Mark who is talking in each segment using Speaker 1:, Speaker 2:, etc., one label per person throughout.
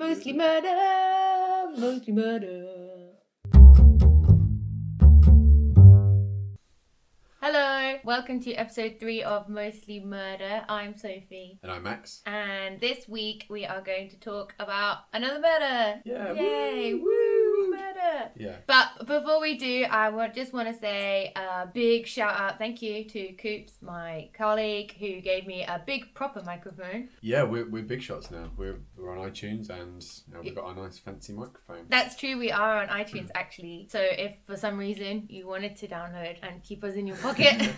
Speaker 1: Mostly murder, mostly murder.
Speaker 2: Hello, welcome to episode three of Mostly Murder. I'm Sophie,
Speaker 3: And I'm Max.
Speaker 2: and this week we are going to talk about another murder.
Speaker 3: Yeah,
Speaker 2: Yay!
Speaker 3: woo,
Speaker 2: Woo!
Speaker 3: woo.
Speaker 2: Murder.
Speaker 3: Yeah.
Speaker 2: But before we do, I wa- just want to say a big shout out, thank you to Coops, my colleague, who gave me a big proper microphone.
Speaker 3: Yeah, we're, we're big shots now. We're, we're on iTunes and now we've got our nice fancy microphone.
Speaker 2: That's true, we are on iTunes actually. So if for some reason you wanted to download and keep us in your pocket,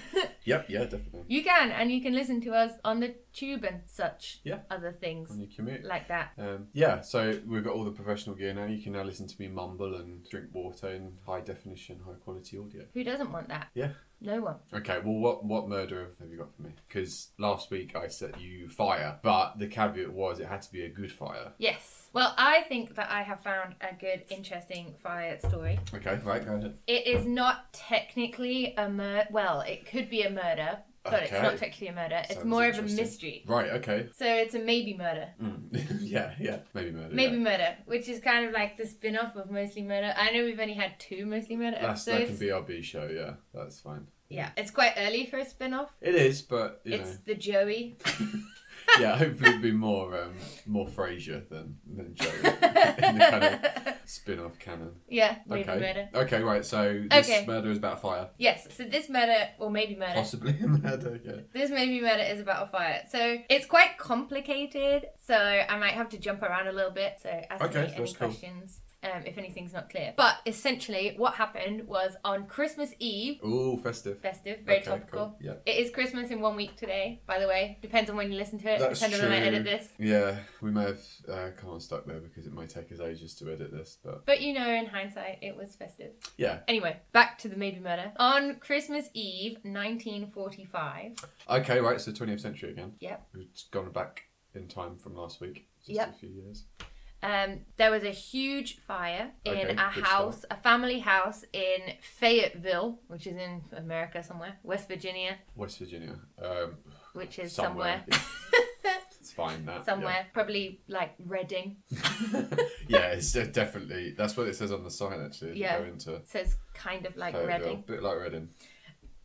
Speaker 3: Yep, yeah, definitely.
Speaker 2: You can, and you can listen to us on the tube and such
Speaker 3: Yeah.
Speaker 2: other things
Speaker 3: On your commute.
Speaker 2: like that.
Speaker 3: Um, yeah, so we've got all the professional gear now. You can now listen to me mumble and drink water in high definition, high quality audio.
Speaker 2: Who doesn't want that?
Speaker 3: Yeah.
Speaker 2: No one.
Speaker 3: Okay, well, what what murder have you got for me? Because last week I said you fire, but the caveat was it had to be a good fire.
Speaker 2: Yes. Well, I think that I have found a good, interesting fire story.
Speaker 3: Okay, right, go ahead.
Speaker 2: It is not technically a murder. Well, it could be a murder, but it's
Speaker 3: Okay.
Speaker 2: not technically a murder. It's
Speaker 3: Sounds
Speaker 2: more of a
Speaker 3: interesting.
Speaker 2: mystery.
Speaker 3: Right, okay.
Speaker 2: So it's a maybe murder.
Speaker 3: Mm. yeah, yeah. Maybe murder.
Speaker 2: Maybe
Speaker 3: yeah.
Speaker 2: murder, which is kind of like the spin off of Mostly Murder. I know we've only had two Mostly Murder
Speaker 3: That's, that
Speaker 2: episodes.
Speaker 3: can be our B show, yeah. That's fine.
Speaker 2: yeah, it's quite early for a spin off.
Speaker 3: It is, but you
Speaker 2: It's the Joey.
Speaker 3: know, yeah. Hopefully, it'll be more um, more Frasier than than Joey in the kind of spin-off canon.
Speaker 2: Yeah, maybe
Speaker 3: Okay.
Speaker 2: murder.
Speaker 3: Okay, right. So this
Speaker 2: Okay.
Speaker 3: murder is about fire,
Speaker 2: Yes, so this murder, or maybe murder,
Speaker 3: possibly a murder. Yeah.
Speaker 2: this maybe murder is about a fire. So it's quite complicated, so I might have to jump around a little bit, so ask
Speaker 3: Okay,
Speaker 2: me any
Speaker 3: that's cool.
Speaker 2: questions. Um, if anything's not clear. But essentially, what happened was on Christmas Eve,
Speaker 3: Ooh, festive.
Speaker 2: festive, very
Speaker 3: okay,
Speaker 2: topical.
Speaker 3: Cool. Yeah.
Speaker 2: It is Christmas in one week today, by the way. Depends on when you listen to it,
Speaker 3: That's
Speaker 2: depends on when I
Speaker 3: true.
Speaker 2: edit this.
Speaker 3: Yeah, we may have uh, come on stuck there because it may take us ages to edit this, but
Speaker 2: But you know, in hindsight, it was festive.
Speaker 3: yeah.
Speaker 2: Anyway, back to the maybe murder. On Christmas Eve, 1945,
Speaker 3: Okay, right. So 20th century again.
Speaker 2: Yep.
Speaker 3: We've gone back in time from last week. Just
Speaker 2: Yep.
Speaker 3: a few years.
Speaker 2: Um, there was a huge fire in
Speaker 3: Okay,
Speaker 2: a
Speaker 3: good
Speaker 2: house, a family house in Fayetteville, which is in America somewhere, West Virginia,
Speaker 3: West Virginia. Um,
Speaker 2: which is somewhere,
Speaker 3: it's fine. That yeah.
Speaker 2: somewhere, probably like Reading.
Speaker 3: yeah, it's de- definitely that's what it says on the sign actually. if you
Speaker 2: Yeah.
Speaker 3: go into
Speaker 2: So it's kind of like
Speaker 3: Fayetteville.
Speaker 2: Reading.
Speaker 3: bit like Reading.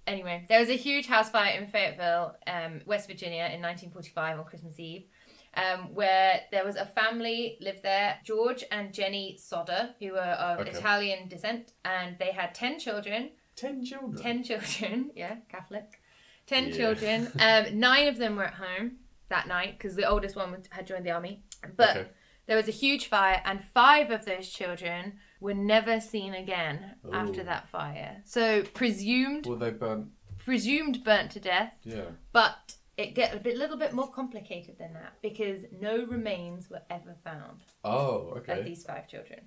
Speaker 2: Anyway, there was a huge house fire in Fayetteville, um, West Virginia, in 1945 on Christmas Eve. Um, where there was a family lived there, George and Jenny Sodder, who were of
Speaker 3: Okay.
Speaker 2: Italian descent, and they had ten children.
Speaker 3: Ten children.
Speaker 2: Ten children, yeah, Catholic. Ten
Speaker 3: Yeah.
Speaker 2: children. Um, nine of them were at home that night because the oldest one had joined the army. But
Speaker 3: Okay.
Speaker 2: there was a huge fire, and five of those children were never seen again after
Speaker 3: Ooh.
Speaker 2: that fire. So presumed,
Speaker 3: Well, they burnt.
Speaker 2: presumed burnt to death,
Speaker 3: Yeah.
Speaker 2: but it get a bit, little bit more complicated than that because no remains were ever found
Speaker 3: Oh,
Speaker 2: of
Speaker 3: okay.
Speaker 2: these five children.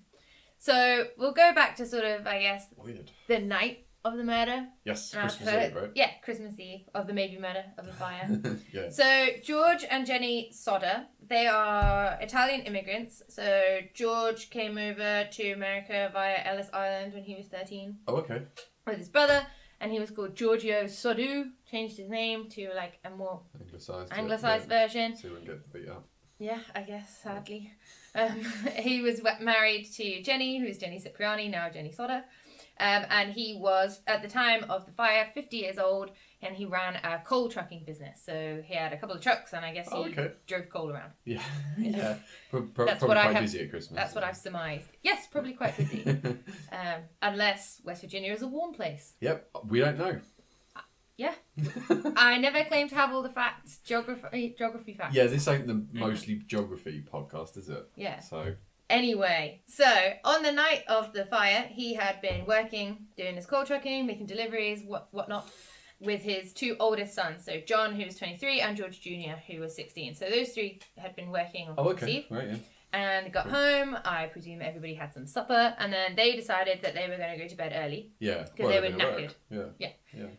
Speaker 2: So we'll go back to sort of, I guess,
Speaker 3: Weird.
Speaker 2: the night of the murder
Speaker 3: Yes,
Speaker 2: Around
Speaker 3: Christmas
Speaker 2: her-
Speaker 3: Eve, right?
Speaker 2: Yeah, Christmas Eve of the maybe murder of the fire.
Speaker 3: yeah.
Speaker 2: so George and Jenny Sodder, they are Italian immigrants. So George came over to America via Ellis Island when he was 13
Speaker 3: Oh, okay.
Speaker 2: with his brother, and he was called Giorgio Soddu. Changed his name to like a more
Speaker 3: Anglicised. yeah,
Speaker 2: anglicized
Speaker 3: Yeah.
Speaker 2: version.
Speaker 3: So you wouldn't get beat up.
Speaker 2: Yeah, I guess sadly, um, he was wa- married to Jenny, who's Jenny Cipriani now Jenny Sodder, um, and he was at the time of the fire 50 years old, and he ran a coal trucking business. So he had a couple of trucks, and I guess he
Speaker 3: Oh, okay.
Speaker 2: drove coal around.
Speaker 3: Yeah. yeah. Pro- pro-
Speaker 2: That's
Speaker 3: probably
Speaker 2: what I
Speaker 3: quite
Speaker 2: have-
Speaker 3: busy at Christmas.
Speaker 2: That's what I've surmised. Yes, probably quite busy, um, unless West Virginia is a warm place.
Speaker 3: yep. We don't know.
Speaker 2: Uh, yeah. I never claim to have all the facts, geography, geography facts.
Speaker 3: yeah, this ain't the mostly geography podcast, is it?
Speaker 2: yeah.
Speaker 3: So
Speaker 2: Anyway, so on the night of the fire, he had been working, doing his call trucking, making deliveries, what whatnot, with his two oldest sons. So John, who was 23, and George Jr., who was 16. So those three had been working on
Speaker 3: oh
Speaker 2: Christmas
Speaker 3: okay
Speaker 2: Eve
Speaker 3: right yeah
Speaker 2: and got home. I presume everybody had some supper, and then they decided that they were going to go to bed early
Speaker 3: yeah
Speaker 2: 'Cause they
Speaker 3: they've
Speaker 2: were
Speaker 3: been at work.
Speaker 2: knackered.
Speaker 3: yeah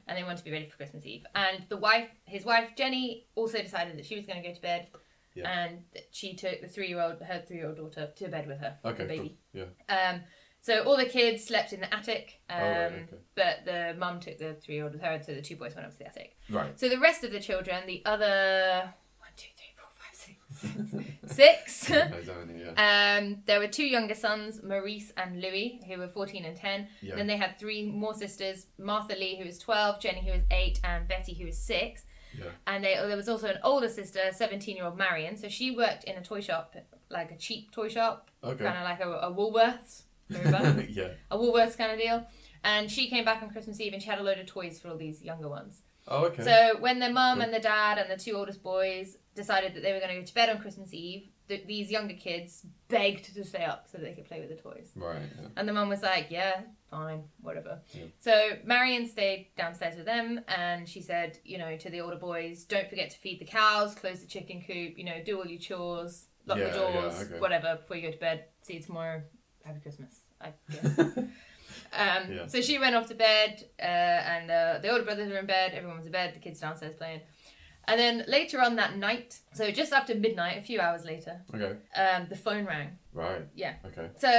Speaker 2: and they wanted to be ready for Christmas Eve. And the wife, his wife Jenny, also decided that she was going to go to bed.
Speaker 3: Yeah.
Speaker 2: And that she took the three-year-old, her three-year-old daughter, to bed with her,
Speaker 3: okay
Speaker 2: the baby.
Speaker 3: cool. yeah
Speaker 2: Um, so all the kids slept in the attic, um,
Speaker 3: Oh, right, okay.
Speaker 2: but the mum took the three-year-old with her, and so the two boys went up to the attic.
Speaker 3: right
Speaker 2: So the rest of the children, the other one, two, three, four, five, six, six.
Speaker 3: No, don't, yeah.
Speaker 2: Um, there were two younger sons, Maurice and Louis, who were 14 and 10.
Speaker 3: Yeah.
Speaker 2: Then they had three more sisters Martha Lee, who was 12, Jenny, who was 8, and Betty, who was 6.
Speaker 3: Yeah.
Speaker 2: And they, there was also an older sister, 17 year old Marion. So she worked in a toy shop, like a cheap toy shop, kind
Speaker 3: Okay.
Speaker 2: of like a, a Woolworths, remember?
Speaker 3: yeah.
Speaker 2: a Woolworths kind of deal. And she came back on Christmas Eve and she had a load of toys for all these younger ones.
Speaker 3: Oh, okay.
Speaker 2: So when their mum
Speaker 3: Cool.
Speaker 2: and the dad and the two oldest boys decided that they were going to go to bed on Christmas Eve, th- these younger kids begged to stay up so they could play with the toys.
Speaker 3: right. Yeah.
Speaker 2: And the mum was like, "Yeah, fine, whatever."
Speaker 3: Yeah.
Speaker 2: So Marion stayed downstairs with them, and she said, "You know, to the older boys, don't forget to feed the cows, close the chicken coop, you know, do all your chores, lock
Speaker 3: Yeah,
Speaker 2: the
Speaker 3: yeah,
Speaker 2: doors,
Speaker 3: okay.
Speaker 2: whatever, before you go to bed. See you tomorrow. Happy Christmas." I guess. Um,
Speaker 3: Yeah.
Speaker 2: So she went off to bed, uh, and uh, the older brothers were in bed. Everyone was in bed. The kids downstairs playing. And then later on that night, so just after midnight, a few hours later,
Speaker 3: okay.
Speaker 2: um, the phone rang.
Speaker 3: Right.
Speaker 2: Yeah.
Speaker 3: Okay.
Speaker 2: So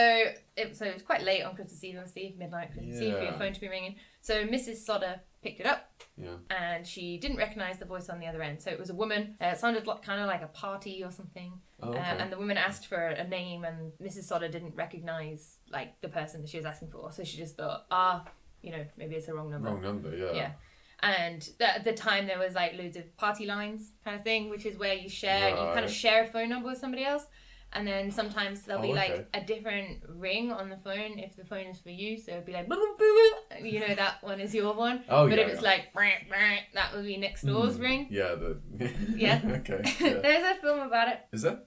Speaker 2: it, so it was quite late on Christmas Eve, obviously midnight Christmas Eve for your
Speaker 3: Yeah.
Speaker 2: phone to be ringing. So Mrs. Sodder picked it up,
Speaker 3: Yeah.
Speaker 2: and she didn't recognise the voice on the other end. So it was a woman. Uh, it sounded like, kind of like a party or something.
Speaker 3: Oh,
Speaker 2: Uh,
Speaker 3: okay.
Speaker 2: and the woman asked for a name, and Mrs. Sodder didn't recognize like the person that she was asking for, so she just thought, ah, you know, maybe it's the wrong number.
Speaker 3: Wrong number. Yeah.
Speaker 2: Yeah. And th- at the time, there was like loads of party lines kind of thing, which is where you share, you kind
Speaker 3: Right.
Speaker 2: of share a phone number with somebody else. And then sometimes there'll be
Speaker 3: Oh,
Speaker 2: like
Speaker 3: okay.
Speaker 2: a different ring on the phone if the phone is for you. So it'd be like, "Boo, boo, boo, boo." you know, that one is your one.
Speaker 3: Oh,
Speaker 2: but
Speaker 3: yeah. Mm.
Speaker 2: if it's like, "Brr, brr," that would be next door's ring.
Speaker 3: Yeah. The.
Speaker 2: Yeah.
Speaker 3: okay. Yeah.
Speaker 2: There's a film about it.
Speaker 3: Is that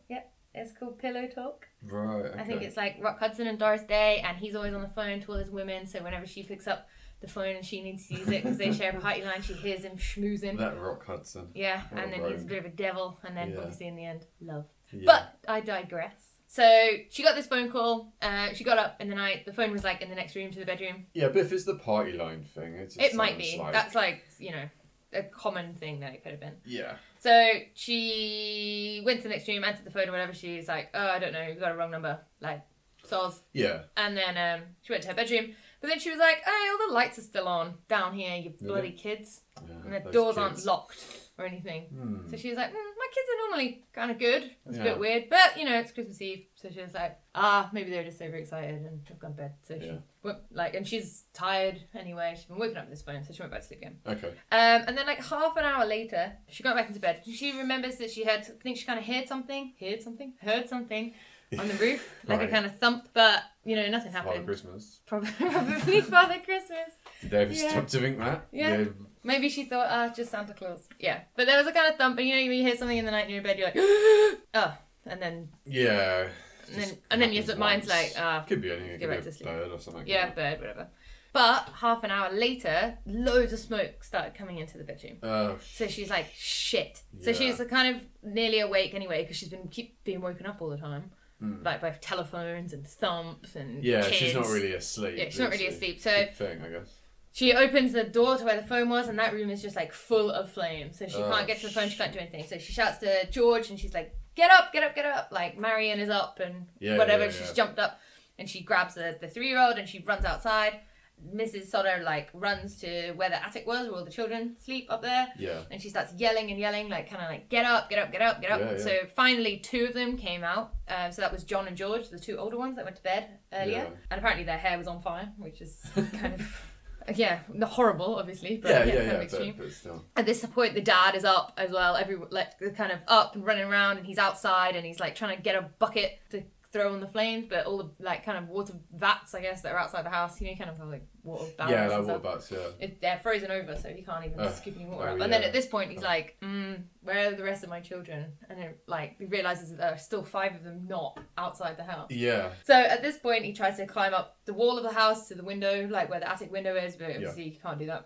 Speaker 2: It's called Pillow Talk.
Speaker 3: right? Okay.
Speaker 2: I think it's like Rock Hudson and Doris Day, and he's always on the phone to all his women. So whenever she picks up the phone and she needs to use it because they share a party line, she hears him schmoozing.
Speaker 3: that Rock Hudson.
Speaker 2: yeah,
Speaker 3: what
Speaker 2: and
Speaker 3: a
Speaker 2: then
Speaker 3: rogue.
Speaker 2: he's a bit of a devil, and then
Speaker 3: Yeah.
Speaker 2: obviously in the end, love.
Speaker 3: Yeah.
Speaker 2: But I digress. So she got this phone call. Uh, she got up in the night. The phone was like in the next room to the bedroom.
Speaker 3: yeah, but if it's the party line thing, it, just
Speaker 2: it might
Speaker 3: sounds
Speaker 2: be.
Speaker 3: Like,
Speaker 2: That's like you know a common thing that it could have been.
Speaker 3: yeah.
Speaker 2: So she went to the next room, answered the phone or whatever. She was like, oh, I don't know, we got a wrong number. Like, soz.
Speaker 3: Yeah.
Speaker 2: And then um, she went to her bedroom. But then she was like, hey, all the lights are still on down here, you
Speaker 3: Yeah.
Speaker 2: bloody kids.
Speaker 3: yeah
Speaker 2: And the
Speaker 3: those
Speaker 2: doors
Speaker 3: kids.
Speaker 2: aren't locked or anything.
Speaker 3: Hmm.
Speaker 2: So she was like, mm, my kids are normally kind of good. It's a
Speaker 3: Yeah.
Speaker 2: bit weird, but you know, it's Christmas Eve. So she was like, ah, maybe they're just overexcited and have gone to bed. So she
Speaker 3: Yeah.
Speaker 2: went, like, and she's tired anyway. She's been waking up with this phone, so she went back to sleep again.
Speaker 3: Okay.
Speaker 2: Um, and then like half an hour later, she got back into bed. She remembers that she had, I think she kind of heard something, heard something, heard something on the roof, like a
Speaker 3: Right.
Speaker 2: kind of thump, but you know, nothing
Speaker 3: Father
Speaker 2: happened.
Speaker 3: Christmas.
Speaker 2: Probably, probably Father Christmas.
Speaker 3: Did they ever
Speaker 2: Yeah.
Speaker 3: stop to think that?
Speaker 2: Yeah.
Speaker 3: They-
Speaker 2: Maybe she thought, ah, it's just Santa Claus. Yeah. But there was a kind of thump, and you know, when you hear something in the night and you're in bed, you're like, oh, and then,
Speaker 3: Yeah.
Speaker 2: and then,
Speaker 3: Just
Speaker 2: and then your
Speaker 3: happens
Speaker 2: mind's like,
Speaker 3: once.
Speaker 2: ah,
Speaker 3: Could be anything.
Speaker 2: Let's
Speaker 3: It
Speaker 2: go
Speaker 3: could
Speaker 2: back
Speaker 3: be
Speaker 2: to
Speaker 3: a
Speaker 2: sleep.
Speaker 3: bird or something.
Speaker 2: yeah, bird, whatever. But half an hour later, loads of smoke started coming into the bedroom.
Speaker 3: Oh,
Speaker 2: So she's like, shit. So
Speaker 3: Yeah.
Speaker 2: she's kind of nearly awake anyway because she's been keep being woken up all the time,
Speaker 3: Mm.
Speaker 2: like by telephones and thumps and
Speaker 3: yeah,
Speaker 2: kids.
Speaker 3: she's not really asleep.
Speaker 2: Yeah, she's not
Speaker 3: is
Speaker 2: really
Speaker 3: she?
Speaker 2: asleep. So
Speaker 3: Good thing, I guess.
Speaker 2: she opens the door to where the phone was, and that room is just like full of flames. So she
Speaker 3: Oh,
Speaker 2: can't get to the phone. She can't do anything. So she shouts to George, and she's like, "Get up! Get up! Get up!" Like Marion is up and
Speaker 3: Yeah,
Speaker 2: whatever.
Speaker 3: yeah,
Speaker 2: She's
Speaker 3: yeah.
Speaker 2: jumped up, and she grabs the, the three year old, and she runs outside. Mrs. Sodder like runs to where the attic was, where all the children sleep up there
Speaker 3: Yeah.
Speaker 2: and she starts yelling and yelling, like kind of like get up, get up, get up, get up.
Speaker 3: Yeah, yeah.
Speaker 2: So finally, two of them came out. Uh, so that was John and George, the two older ones that went to bed earlier,
Speaker 3: Yeah.
Speaker 2: and apparently their hair was on fire, which is kind of yeah, not horrible, obviously, but
Speaker 3: yeah,
Speaker 2: yeah,
Speaker 3: yeah,
Speaker 2: kind of
Speaker 3: yeah.
Speaker 2: extreme.
Speaker 3: but, but still.
Speaker 2: At this point, the dad is up as well. Every like they're kind of up and running around, and he's outside and he's like trying to get a bucket to throw on the flames, but all the like kind of water vats, I guess, that are outside the house, you know, kind of like water barrels.
Speaker 3: yeah,
Speaker 2: and
Speaker 3: like
Speaker 2: stuff
Speaker 3: water bats, yeah.
Speaker 2: it, they're frozen over, so he can't even
Speaker 3: Ugh.
Speaker 2: scoop any water
Speaker 3: Oh,
Speaker 2: up. And then
Speaker 3: yeah.
Speaker 2: at this point, he's
Speaker 3: Ugh.
Speaker 2: like, mm, "Where are the rest of my children?" And it, like he realizes that there are still five of them not outside the house.
Speaker 3: Yeah,
Speaker 2: So at this point, he tries to climb up the wall of the house to the window, like where the attic window is, but obviously he can't do that.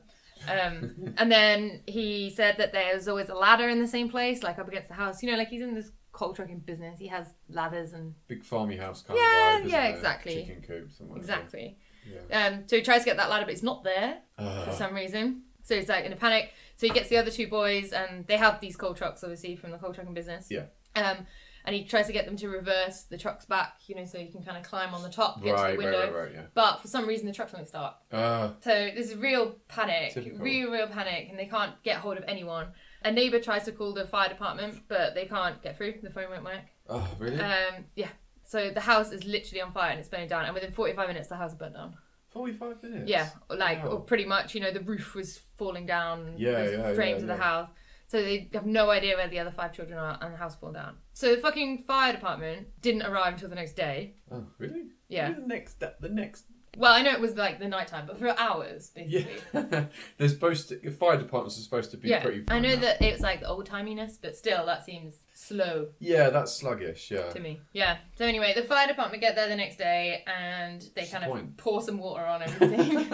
Speaker 2: Um, and then he said that there's always a ladder in the same place, like up against the house. You know, like he's in this coal trucking business. He has ladders and
Speaker 3: big farmy house kind
Speaker 2: Yeah,
Speaker 3: of vibe. isn't
Speaker 2: yeah,
Speaker 3: it?
Speaker 2: exactly.
Speaker 3: Chicken coops and whatever.
Speaker 2: exactly.
Speaker 3: Yeah.
Speaker 2: Um, so he tries to get that ladder, but it's not there. for
Speaker 3: Uh,
Speaker 2: some reason. So he's like in a panic. So he gets the other two boys, and they have these coal trucks, obviously from the coal trucking business.
Speaker 3: Yeah.
Speaker 2: Um, and he tries to get them to reverse the trucks back, you know, so you can kind of climb on the top, get to
Speaker 3: right,
Speaker 2: the
Speaker 3: right,
Speaker 2: window.
Speaker 3: right, right, yeah.
Speaker 2: But for some reason, the trucks won't start.
Speaker 3: Uh,
Speaker 2: So this is real panic,
Speaker 3: Typical.
Speaker 2: real, real panic, and they can't get hold of anyone. A neighbour tries to call the fire department, but they can't get through. The phone won't work.
Speaker 3: Oh, really?
Speaker 2: Um, yeah. So the house is literally on fire and it's burning down. And within 45 minutes, the house burned down.
Speaker 3: 45 minutes?
Speaker 2: Yeah, or like
Speaker 3: Wow.
Speaker 2: or pretty much. You know, the roof was falling down.
Speaker 3: Yeah,
Speaker 2: there's
Speaker 3: yeah,
Speaker 2: Frames
Speaker 3: yeah,
Speaker 2: of
Speaker 3: yeah.
Speaker 2: the house. So they have no idea where the other five children are, and the house fall down. So the fucking fire department didn't arrive until the next day.
Speaker 3: Oh, really?
Speaker 2: Yeah.
Speaker 3: Maybe The next, that- the next.
Speaker 2: Well, I know it was like the nighttime, but for hours,
Speaker 3: Yeah.
Speaker 2: basically.
Speaker 3: They're supposed to, fire departments are supposed to be
Speaker 2: Yeah,
Speaker 3: pretty.
Speaker 2: I know
Speaker 3: prompt.
Speaker 2: that it's like the old timiness, but still, that seems slow
Speaker 3: Yeah, that's sluggish, yeah.
Speaker 2: to me. Yeah. So anyway, the fire department get there the next day and they
Speaker 3: What's
Speaker 2: kind
Speaker 3: the
Speaker 2: of
Speaker 3: point?
Speaker 2: pour some water on everything. and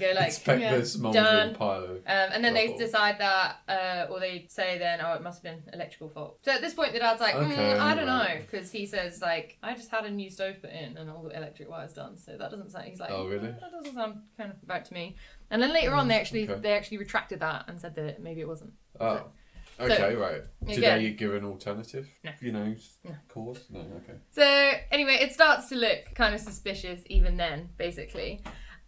Speaker 2: go like,
Speaker 3: Expect
Speaker 2: yeah,
Speaker 3: the smoldering
Speaker 2: done.
Speaker 3: pile of.
Speaker 2: Um, and then they
Speaker 3: Rubble.
Speaker 2: decide that, uh, or they say then, oh, it must have been electrical fault. So at this point, the dad's like, mm,
Speaker 3: Okay,
Speaker 2: I don't know,
Speaker 3: right.
Speaker 2: because he says like, I just had a new stove put in and all the electric wires done, so that doesn't sound. He's like,
Speaker 3: Oh, really? Mm,
Speaker 2: "Mm, That doesn't sound kind of right to me. And then later on, they actually
Speaker 3: okay.
Speaker 2: they actually retracted that and said that maybe it wasn't.
Speaker 3: Oh. Okay, right. Did
Speaker 2: again-
Speaker 3: they give an alternative?
Speaker 2: No.
Speaker 3: You know,
Speaker 2: No.
Speaker 3: cause? No, okay.
Speaker 2: So anyway, it starts to look kind of suspicious even then, basically.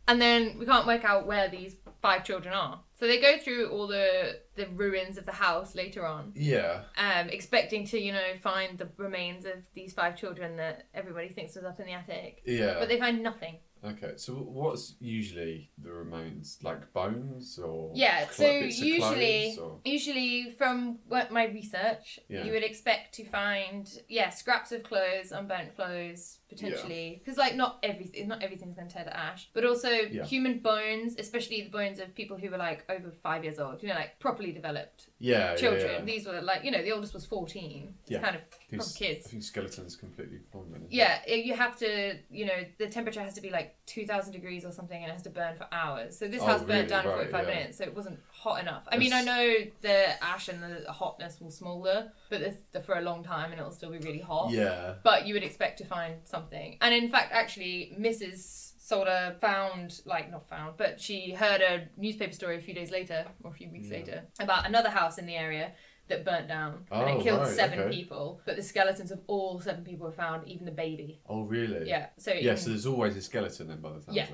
Speaker 2: And then we can't work out where these five children are. So they go through all the the ruins of the house later on,
Speaker 3: Yeah.
Speaker 2: um, expecting to you know find the remains of these five children that everybody thinks was up in the attic.
Speaker 3: Yeah.
Speaker 2: But they find nothing.
Speaker 3: Okay, so what's usually the remains like bones or
Speaker 2: Yeah,
Speaker 3: clo-
Speaker 2: so
Speaker 3: bits of
Speaker 2: usually-
Speaker 3: clothes or-
Speaker 2: Usually, from what my research,
Speaker 3: Yeah.
Speaker 2: you would expect to find yeah scraps of clothes, unburnt clothes, potentially because like not everything, not everything's going to turn to ash, but also
Speaker 3: Yeah.
Speaker 2: human bones, especially the bones of people who were like over five years old, you know, like properly developed
Speaker 3: Oh, yeah,
Speaker 2: children.
Speaker 3: Yeah, yeah.
Speaker 2: These were like you know the oldest was fourteen, It's
Speaker 3: Yeah.
Speaker 2: kind of
Speaker 3: These-
Speaker 2: proper kids.
Speaker 3: I think skeletons completely formed. isn't it?
Speaker 2: Yeah, it- you have to, you know, the temperature has to be like 2000 degrees or something and it has to burn for hours. So this
Speaker 3: Oh,
Speaker 2: house burnt
Speaker 3: really?
Speaker 2: down in
Speaker 3: Right,
Speaker 2: 45
Speaker 3: yeah.
Speaker 2: minutes, so it wasn't hot enough. I mean, I
Speaker 3: That's-
Speaker 2: know the ash and the hotness will smaller, but this for a long time and it'll still be really hot.
Speaker 3: Yeah.
Speaker 2: But you would expect to find something. And in fact, actually, Mrs. Solder found, like, not found, but she heard a newspaper story a few days later, or a few weeks
Speaker 3: Yeah.
Speaker 2: later, about another house in the area that burnt down and
Speaker 3: Oh,
Speaker 2: it killed
Speaker 3: right,
Speaker 2: seven
Speaker 3: okay.
Speaker 2: people. But the skeletons of all seven people were found, even the baby.
Speaker 3: Oh, really?
Speaker 2: Yeah. So,
Speaker 3: Yeah, so there's always a skeleton then by the time.
Speaker 2: Yeah.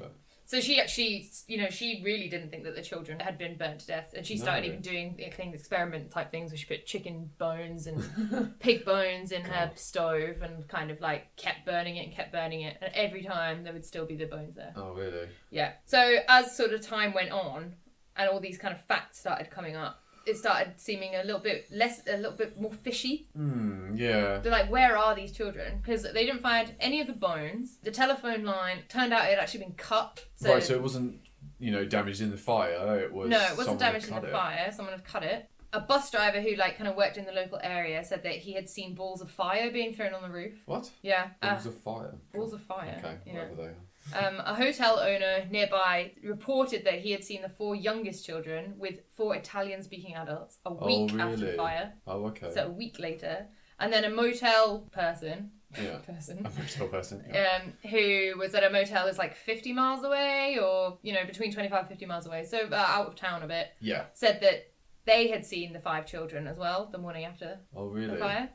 Speaker 2: so she actually, you know, she really didn't think that the children had been burnt to death, and she started
Speaker 3: No.
Speaker 2: even doing things, experiment type things, where she put chicken bones and pig bones in her stove, and kind of like kept burning it and kept burning it, and every time there would still be the bones there.
Speaker 3: Oh, really?
Speaker 2: Yeah. So as sort of time went on, and all these kind of facts started coming up. It started seeming a little bit less, a little bit more fishy.
Speaker 3: Hmm. Yeah.
Speaker 2: They're like, where are these children? Because they didn't find any of the bones. The telephone line turned out it had actually been cut. So,
Speaker 3: right. So it wasn't, you know, damaged in the fire. It was.
Speaker 2: no, it
Speaker 3: someone
Speaker 2: wasn't
Speaker 3: had
Speaker 2: damaged in
Speaker 3: cut
Speaker 2: the
Speaker 3: it.
Speaker 2: fire. Someone had cut it. A bus driver who like kind of worked in the local area said that he had seen balls of fire being thrown on the roof.
Speaker 3: What?
Speaker 2: Yeah, uh,
Speaker 3: Balls of fire.
Speaker 2: balls of fire.
Speaker 3: Okay.
Speaker 2: you know.
Speaker 3: Whatever they are.
Speaker 2: Um, a hotel owner nearby reported that he had seen the four youngest children with four Italian-speaking adults a
Speaker 3: Oh,
Speaker 2: week after the
Speaker 3: really?
Speaker 2: fire.
Speaker 3: Oh, okay.
Speaker 2: So a week later, and then a motel person
Speaker 3: yeah.
Speaker 2: person
Speaker 3: A motel person. Yeah.
Speaker 2: um, who was at a motel is like 50 miles away or you know between 25 and 50 miles away so uh, out of town a bit
Speaker 3: Yeah.
Speaker 2: said that they had seen the five children as well the morning after
Speaker 3: Oh, really?
Speaker 2: the fire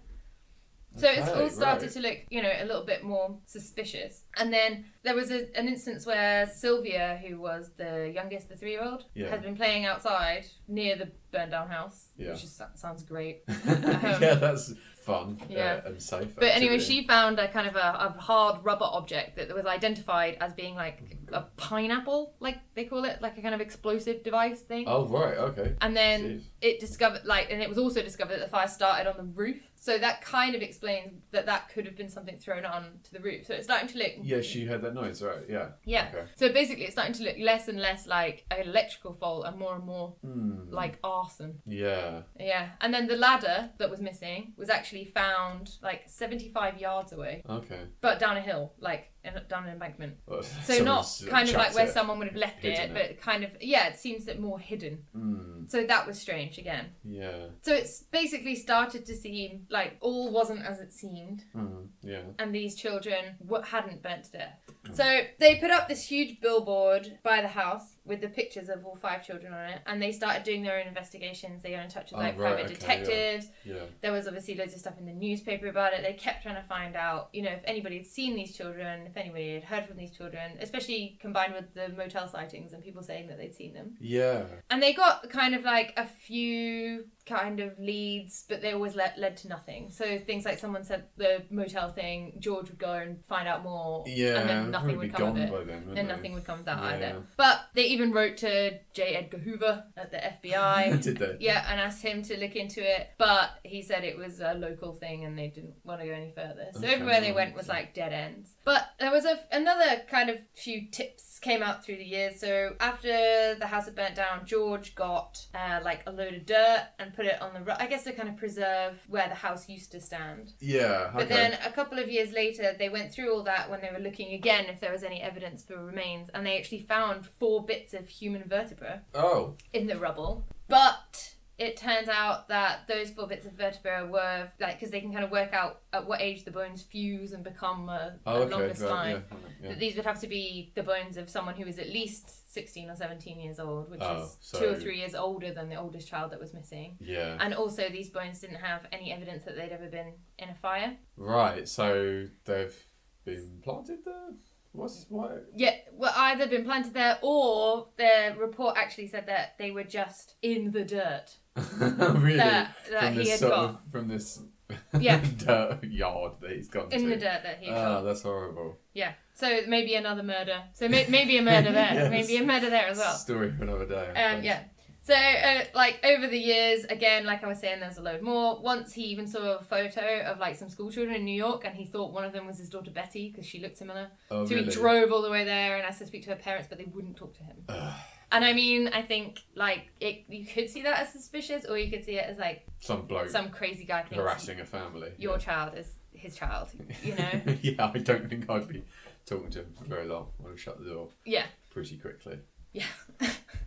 Speaker 2: so it's
Speaker 3: Okay,
Speaker 2: all started
Speaker 3: right.
Speaker 2: to look you know a little bit more suspicious and then there was a, an instance where sylvia who was the youngest the three-year-old
Speaker 3: Yeah.
Speaker 2: had been playing outside near the burned down house
Speaker 3: Yeah.
Speaker 2: which just sounds great
Speaker 3: yeah, that's fun.
Speaker 2: yeah.
Speaker 3: Uh, and safe.
Speaker 2: But anyway,
Speaker 3: activity.
Speaker 2: she found a kind of a, a hard rubber object that was identified as being like a pineapple, like they call it, like a kind of explosive device thing.
Speaker 3: Oh right. Okay.
Speaker 2: And then
Speaker 3: Jeez.
Speaker 2: it discovered, like, and it was also discovered that the fire started on the roof. So that kind of explains that that could have been something thrown on to the roof. So it's starting to look.
Speaker 3: Yeah, she heard that noise, right? Yeah.
Speaker 2: Yeah.
Speaker 3: Okay.
Speaker 2: So basically, it's starting to look less and less like an electrical fault and more and more
Speaker 3: Hmm.
Speaker 2: like arson.
Speaker 3: Yeah.
Speaker 2: Yeah. And then the ladder that was missing was actually found like 75 yards away.
Speaker 3: Okay.
Speaker 2: but down a hill, like in, down an embankment.
Speaker 3: Well,
Speaker 2: So
Speaker 3: someone's,
Speaker 2: not
Speaker 3: uh,
Speaker 2: kind of like
Speaker 3: chucked
Speaker 2: where
Speaker 3: it.
Speaker 2: someone would have left it,
Speaker 3: Hidden
Speaker 2: but kind of yeah, it seems that more hidden.
Speaker 3: Hmm.
Speaker 2: So that was strange again.
Speaker 3: Yeah.
Speaker 2: So it's basically started to seem like all wasn't as it seemed,
Speaker 3: Hmm. Yeah.
Speaker 2: and these children w- hadn't burnt to death.
Speaker 3: Mm.
Speaker 2: So they put up this huge billboard by the house with the pictures of all five children on it, and they started doing their own investigations. They got in touch with
Speaker 3: Oh,
Speaker 2: like
Speaker 3: right,
Speaker 2: private
Speaker 3: okay, yeah.
Speaker 2: detectives.
Speaker 3: Yeah.
Speaker 2: There was obviously loads of stuff in the newspaper about it. They kept trying to find out, you know, if anybody had seen these children, if anybody had heard from these children, especially combined with the motel sightings and people saying that they'd seen them.
Speaker 3: Yeah.
Speaker 2: And they got kind of like a few kind of leads, but they always led, led to nothing. So things like someone said the motel thing, George would go and find out more,
Speaker 3: Yeah,
Speaker 2: and then nothing
Speaker 3: they'd probably
Speaker 2: would
Speaker 3: be
Speaker 2: come of
Speaker 3: gone
Speaker 2: it.
Speaker 3: by then, wouldn't
Speaker 2: And
Speaker 3: they?
Speaker 2: nothing would come of that
Speaker 3: Yeah.
Speaker 2: either. But they even wrote to J. Edgar Hoover at the FBI.
Speaker 3: Did they?
Speaker 2: Yeah, and asked him to look into it, but he said it was a local thing and they didn't want to go any further. So
Speaker 3: Okay,
Speaker 2: everywhere they went
Speaker 3: right.
Speaker 2: was like dead ends. But there was a, another kind of few tips came out through the years. So after the house had burnt down, George got uh, like a load of dirt and put it on the, ro- I guess to kind of preserve where the house used to stand.
Speaker 3: Yeah. Okay.
Speaker 2: But then a couple of years later, they went through all that when they were looking again if there was any evidence for remains, and they actually found four bits of human vertebra
Speaker 3: oh.
Speaker 2: in the rubble. But it turns out that those four bits of vertebra were like because they can kind of work out at what age the bones fuse and become a, a
Speaker 3: Oh. Okay.
Speaker 2: longer
Speaker 3: right,
Speaker 2: spine. That
Speaker 3: yeah, yeah.
Speaker 2: These would have to be the bones of someone who is at least 16 or 17 years old, which
Speaker 3: Oh,
Speaker 2: is
Speaker 3: so-
Speaker 2: two or three years older than the oldest child that was missing.
Speaker 3: Yeah.
Speaker 2: And also, these bones didn't have any evidence that they'd ever been in a fire.
Speaker 3: Right. So they've been planted there. What's what?
Speaker 2: Yeah, well, either been planted there or the report actually said that they were just in the dirt.
Speaker 3: really?
Speaker 2: That- that
Speaker 3: from
Speaker 2: he
Speaker 3: this
Speaker 2: had
Speaker 3: sort
Speaker 2: got.
Speaker 3: of from this
Speaker 2: Yeah.
Speaker 3: dirt yard that he's gone
Speaker 2: In
Speaker 3: to.
Speaker 2: the dirt that he had got.
Speaker 3: Oh, that's horrible.
Speaker 2: Yeah. So maybe another murder. So may- maybe a murder there.
Speaker 3: Yes.
Speaker 2: Maybe a murder there as well.
Speaker 3: Story for another day. I
Speaker 2: Um,
Speaker 3: suppose.
Speaker 2: yeah. So uh, like over the years, again, like I was saying, there's a load more. Once he even saw a photo of like some school children in New York, and he thought one of them was his daughter Betty because she looked similar.
Speaker 3: Oh,
Speaker 2: so
Speaker 3: really?
Speaker 2: he drove all the way there and asked to speak to her parents, but they wouldn't talk to him. And I mean, I think like it, you could see that as suspicious, or you could see it as like
Speaker 3: Some bloke
Speaker 2: some crazy guy thinks
Speaker 3: harassing a family.
Speaker 2: your child is his child. You know?
Speaker 3: yeah, I don't think I'd be talking to him for very long. I'd have shut the door
Speaker 2: yeah.
Speaker 3: pretty quickly.
Speaker 2: Yeah.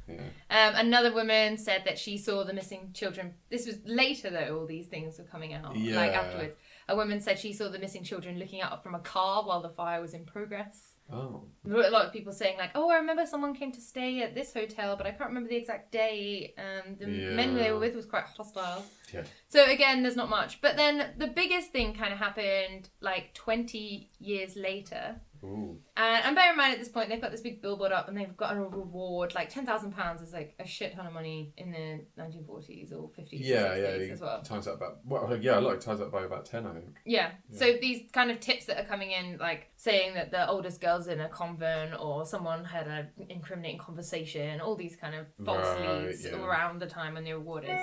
Speaker 3: Yeah.
Speaker 2: Um, another woman said that she saw the missing children. This was later, though, all these things were coming out.
Speaker 3: Yeah.
Speaker 2: Like afterwards. A woman said she saw the missing children looking out from a car while the fire was in progress.
Speaker 3: Oh.
Speaker 2: There were a lot of people saying, like, oh, I remember someone came to stay at this hotel, but I can't remember the exact day. And the men they
Speaker 3: Yeah.
Speaker 2: were with was quite hostile.
Speaker 3: Yeah.
Speaker 2: So again, there's not much. But then the biggest thing kind of happened like 20 years later. Uh,
Speaker 3: Ooh.
Speaker 2: And, and bear in mind at this point they've got this big billboard up and they've got a reward like ten thousand pounds is like a shit ton of money in the nineteen forties or fifties
Speaker 3: Yeah, yeah.
Speaker 2: sixties
Speaker 3: you
Speaker 2: as well.
Speaker 3: Times that about well, yeah, a lot times that by about ten, I think.
Speaker 2: Yeah. So these kind of tips that are coming in, like saying that the oldest girl's in a convent or someone had an incriminating conversation, all these kind of false
Speaker 3: Right,
Speaker 2: leads
Speaker 3: yeah.
Speaker 2: around the time when the award is.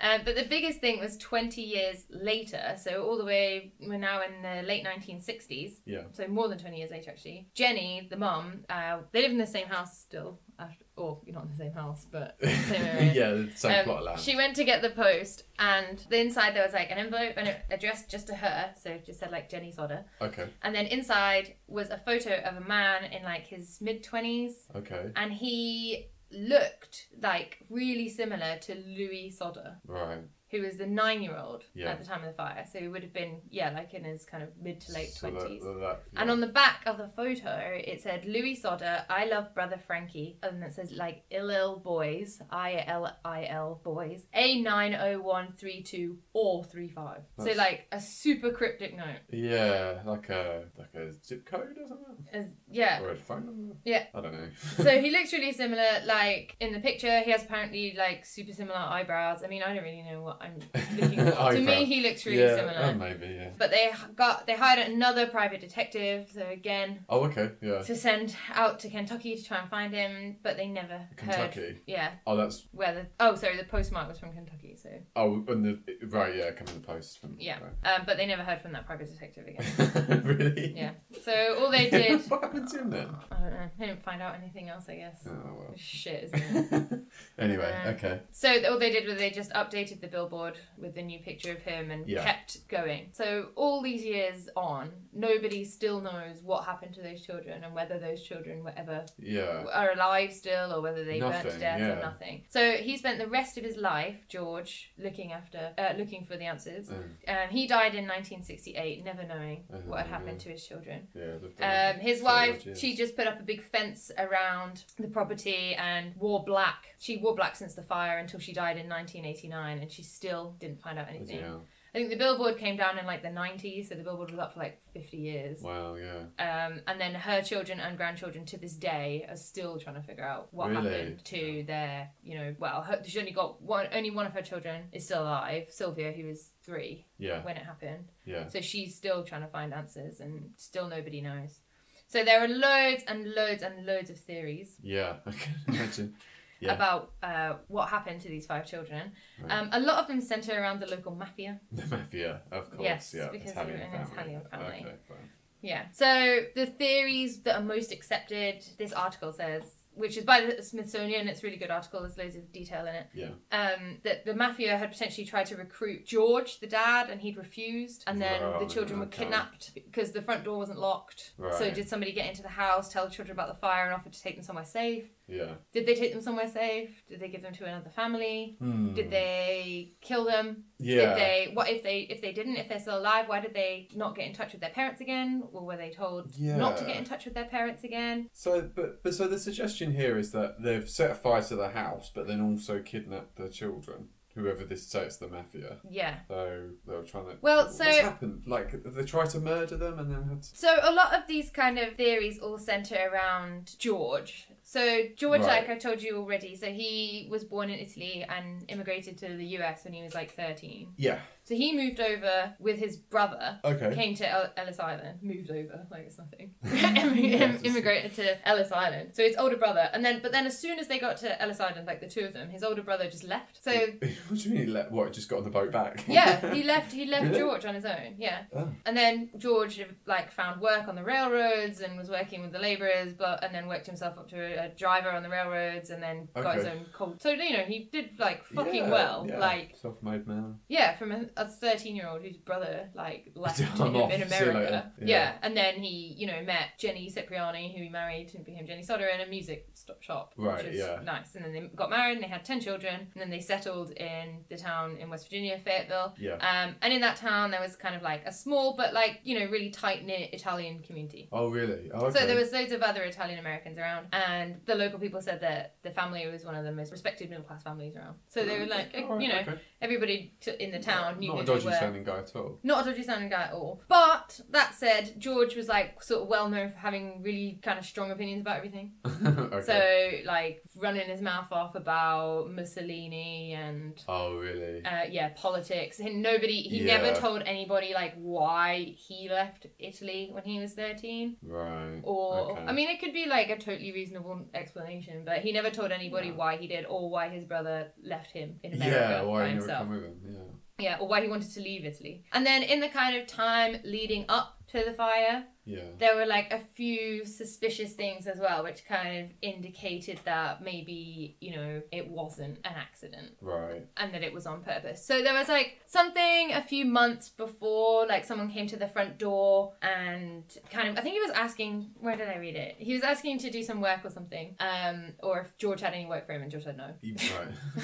Speaker 2: Um, but the biggest thing was 20 years later, so all the way, we're now in the late 1960s.
Speaker 3: Yeah.
Speaker 2: So more than 20 years later, actually. Jenny, the mum, uh, they live in the same house still. After, or you're not in the same house, but same area.
Speaker 3: yeah, the same
Speaker 2: Um,
Speaker 3: plot of land.
Speaker 2: She went to get the post, and the inside there was like an envelope and it addressed just to her, so it just said like Jenny Sodder.
Speaker 3: Okay,
Speaker 2: And then inside was a photo of a man in like his mid twenties,
Speaker 3: okay,
Speaker 2: and he looked like really similar to Louis Sodder,
Speaker 3: right.
Speaker 2: who was the nine year old
Speaker 3: Yeah.
Speaker 2: at the time of the fire. So he would have been yeah, like in his kind of mid to late
Speaker 3: So that-
Speaker 2: twenties.
Speaker 3: that-
Speaker 2: And on the back of the photo, it said Louis Sodder, I love brother Frankie, and it says like Illil Boys, I L I L Boys, A nine O one three two or three five. So
Speaker 3: That's-
Speaker 2: like a super cryptic note.
Speaker 3: yeah, like a like a zip code or something,
Speaker 2: As, yeah.
Speaker 3: or a phone number.
Speaker 2: Yeah.
Speaker 3: I don't know.
Speaker 2: so he looks really similar. Like in the picture, he has apparently like super similar eyebrows. I mean, I don't really know what I'm looking for. to
Speaker 3: Eyebrow.
Speaker 2: me, he looks really
Speaker 3: yeah,
Speaker 2: similar.
Speaker 3: oh, maybe yeah.
Speaker 2: but they h- got they hired another private detective. So again,
Speaker 3: Oh, okay, yeah.
Speaker 2: to send out to Kentucky to try and find him, but they never heard.
Speaker 3: Kentucky.
Speaker 2: Yeah,
Speaker 3: Oh, that's
Speaker 2: where the oh sorry, the postmark was from Kentucky, so
Speaker 3: oh, and the right, yeah, coming the post from
Speaker 2: yeah,
Speaker 3: right.
Speaker 2: um, but they never heard from that private detective again.
Speaker 3: really?
Speaker 2: Yeah, so all they did,
Speaker 3: what happened to him then?
Speaker 2: I don't know, they didn't find out anything else, I guess.
Speaker 3: Oh well.
Speaker 2: Shit, isn't it?
Speaker 3: anyway,
Speaker 2: Um,
Speaker 3: okay.
Speaker 2: So th- all they did was they just updated the billboard with the new picture of him and
Speaker 3: Yeah.
Speaker 2: kept going. So all these years on, nobody still knows what happened to those children and whether those children were ever
Speaker 3: Yeah.
Speaker 2: are alive still or whether they burnt
Speaker 3: Nothing,
Speaker 2: to death
Speaker 3: yeah.
Speaker 2: or nothing. So he spent the rest of his life, George, looking after, uh, looking for the answers.
Speaker 3: Um,
Speaker 2: Um, he died in 1968, never knowing
Speaker 3: Oh,
Speaker 2: what had
Speaker 3: yeah.
Speaker 2: happened to his children.
Speaker 3: Oh, yeah. they've done
Speaker 2: Um, his
Speaker 3: so
Speaker 2: wife,
Speaker 3: much, yeah.
Speaker 2: she just put up a big fence around the property and wore black. She wore black since the fire until she died in 1989, and she still didn't find out anything.
Speaker 3: Yeah.
Speaker 2: I think the Billboard came down in like the 90s, so the Billboard was up for like 50 years.
Speaker 3: Wow, yeah.
Speaker 2: Um, and then her children and grandchildren to this day are still trying to figure out what
Speaker 3: Really?
Speaker 2: happened to their, you know, well, her, she's only got one, only one of her children is still alive, Sylvia, who was three
Speaker 3: Yeah,
Speaker 2: when it happened.
Speaker 3: yeah.
Speaker 2: So she's still trying to find answers and still nobody knows. So there are loads and loads and loads of theories
Speaker 3: Yeah, I can imagine. Yeah.
Speaker 2: about uh, what happened to these five children.
Speaker 3: Right.
Speaker 2: Um, a lot of them centre around the local mafia.
Speaker 3: The mafia, of course.
Speaker 2: Yes,
Speaker 3: yeah,
Speaker 2: because
Speaker 3: Italian
Speaker 2: you're an
Speaker 3: family.
Speaker 2: Italian family.
Speaker 3: Okay, fine.
Speaker 2: Yeah. So the theories that are most accepted, this article says, which is by the Smithsonian, it's a really good article, there's loads of detail in it,
Speaker 3: Yeah.
Speaker 2: um, that the mafia had potentially tried to recruit George, the dad, and he'd refused. And then
Speaker 3: Wow,
Speaker 2: the children were
Speaker 3: okay.
Speaker 2: kidnapped because the front door wasn't locked. So
Speaker 3: Right.
Speaker 2: did somebody get into the house, tell the children about the fire, and offer to take them somewhere safe?
Speaker 3: Yeah.
Speaker 2: Did they take them somewhere safe? Did they give them to another family?
Speaker 3: Hmm.
Speaker 2: Did they kill them?
Speaker 3: Yeah.
Speaker 2: Did they? What if they? If they didn't? If they're still alive, why did they not get in touch with their parents again? Or were they told not to
Speaker 3: Yeah.
Speaker 2: get in touch with their parents again?
Speaker 3: So, but, but so the suggestion here is that they've set a fire to the house, but then also kidnapped the children. Whoever this says the mafia,
Speaker 2: Yeah.
Speaker 3: so they were trying to.
Speaker 2: Well,
Speaker 3: what's
Speaker 2: so-
Speaker 3: happened? Like they tried to murder them and then had. To...
Speaker 2: So a lot of these kind of theories all center around George. So George,
Speaker 3: Right.
Speaker 2: like I told you already, so he was born in Italy and immigrated to the US when he was like 13.
Speaker 3: Yeah.
Speaker 2: So he moved over with his brother.
Speaker 3: Okay.
Speaker 2: Came to El- Ellis Island, moved over like it's nothing.
Speaker 3: Yeah, just-
Speaker 2: immigrated to Ellis Island. So his older brother, and then but then as soon as they got to Ellis Island, like the two of them, his older brother just left. So
Speaker 3: what do you mean? Let what? Just got on the boat back?
Speaker 2: yeah, he left. He left
Speaker 3: Really?
Speaker 2: George on his own. Yeah,
Speaker 3: Oh.
Speaker 2: and then George like found work on the railroads and was working with the laborers, but and then worked himself up to a, a driver on the railroads, and then got his
Speaker 3: Okay.
Speaker 2: own cold. So you know he did like fucking
Speaker 3: Yeah,
Speaker 2: well.
Speaker 3: yeah.
Speaker 2: Like
Speaker 3: self-made man.
Speaker 2: yeah, from a- a thirteen-year-old whose brother like left
Speaker 3: I'm
Speaker 2: him
Speaker 3: off, see
Speaker 2: in
Speaker 3: you
Speaker 2: America.
Speaker 3: later.
Speaker 2: Yeah.
Speaker 3: Yeah.
Speaker 2: and then he you know met Jenny Cipriani, who he married and became Jenny Sodder in a music st- shop,
Speaker 3: Right,
Speaker 2: which is
Speaker 3: yeah.
Speaker 2: nice. And then they got married, and they had ten children, and then they settled in the town in West Virginia, Fayetteville.
Speaker 3: Yeah.
Speaker 2: Um, and in that town, there was kind of like a small but like you know really tight knit Italian community.
Speaker 3: Oh really? Oh, okay.
Speaker 2: So there was loads of other Italian Americans around, and the local people said that the family was one of the most respected middle class families around. So they were like,
Speaker 3: Oh,
Speaker 2: you know,
Speaker 3: okay.
Speaker 2: everybody t- in the town knew
Speaker 3: Not
Speaker 2: who
Speaker 3: a
Speaker 2: they were.
Speaker 3: dodgy sounding guy at all.
Speaker 2: Not a dodgy sounding guy at all. But that said, George was like sort of well known for having really kind of strong opinions about everything.
Speaker 3: okay.
Speaker 2: So like running his mouth off about Mussolini and
Speaker 3: Oh really?
Speaker 2: uh, yeah, politics. And nobody, he
Speaker 3: Yeah.
Speaker 2: never told anybody like why he left Italy when he was 13.
Speaker 3: Right.
Speaker 2: Or,
Speaker 3: Okay.
Speaker 2: I mean, it could be like a totally reasonable explanation, but he never told anybody
Speaker 3: No.
Speaker 2: why he did or why his brother left him in America
Speaker 3: Yeah. Why
Speaker 2: by
Speaker 3: you never
Speaker 2: himself.
Speaker 3: come with him? Yeah.
Speaker 2: Yeah, or why he wanted to leave Italy. And then in the kind of time leading up to the fire,
Speaker 3: Yeah.
Speaker 2: there were like a few suspicious things as well, which kind of indicated that maybe, you know, it wasn't an accident
Speaker 3: Right.
Speaker 2: and that it was on purpose. So there was like something a few months before, like someone came to the front door and kind of, I think he was asking, where did I read it? He was asking to do some work or something, um, or if George had any work for him, and George said no.
Speaker 3: You-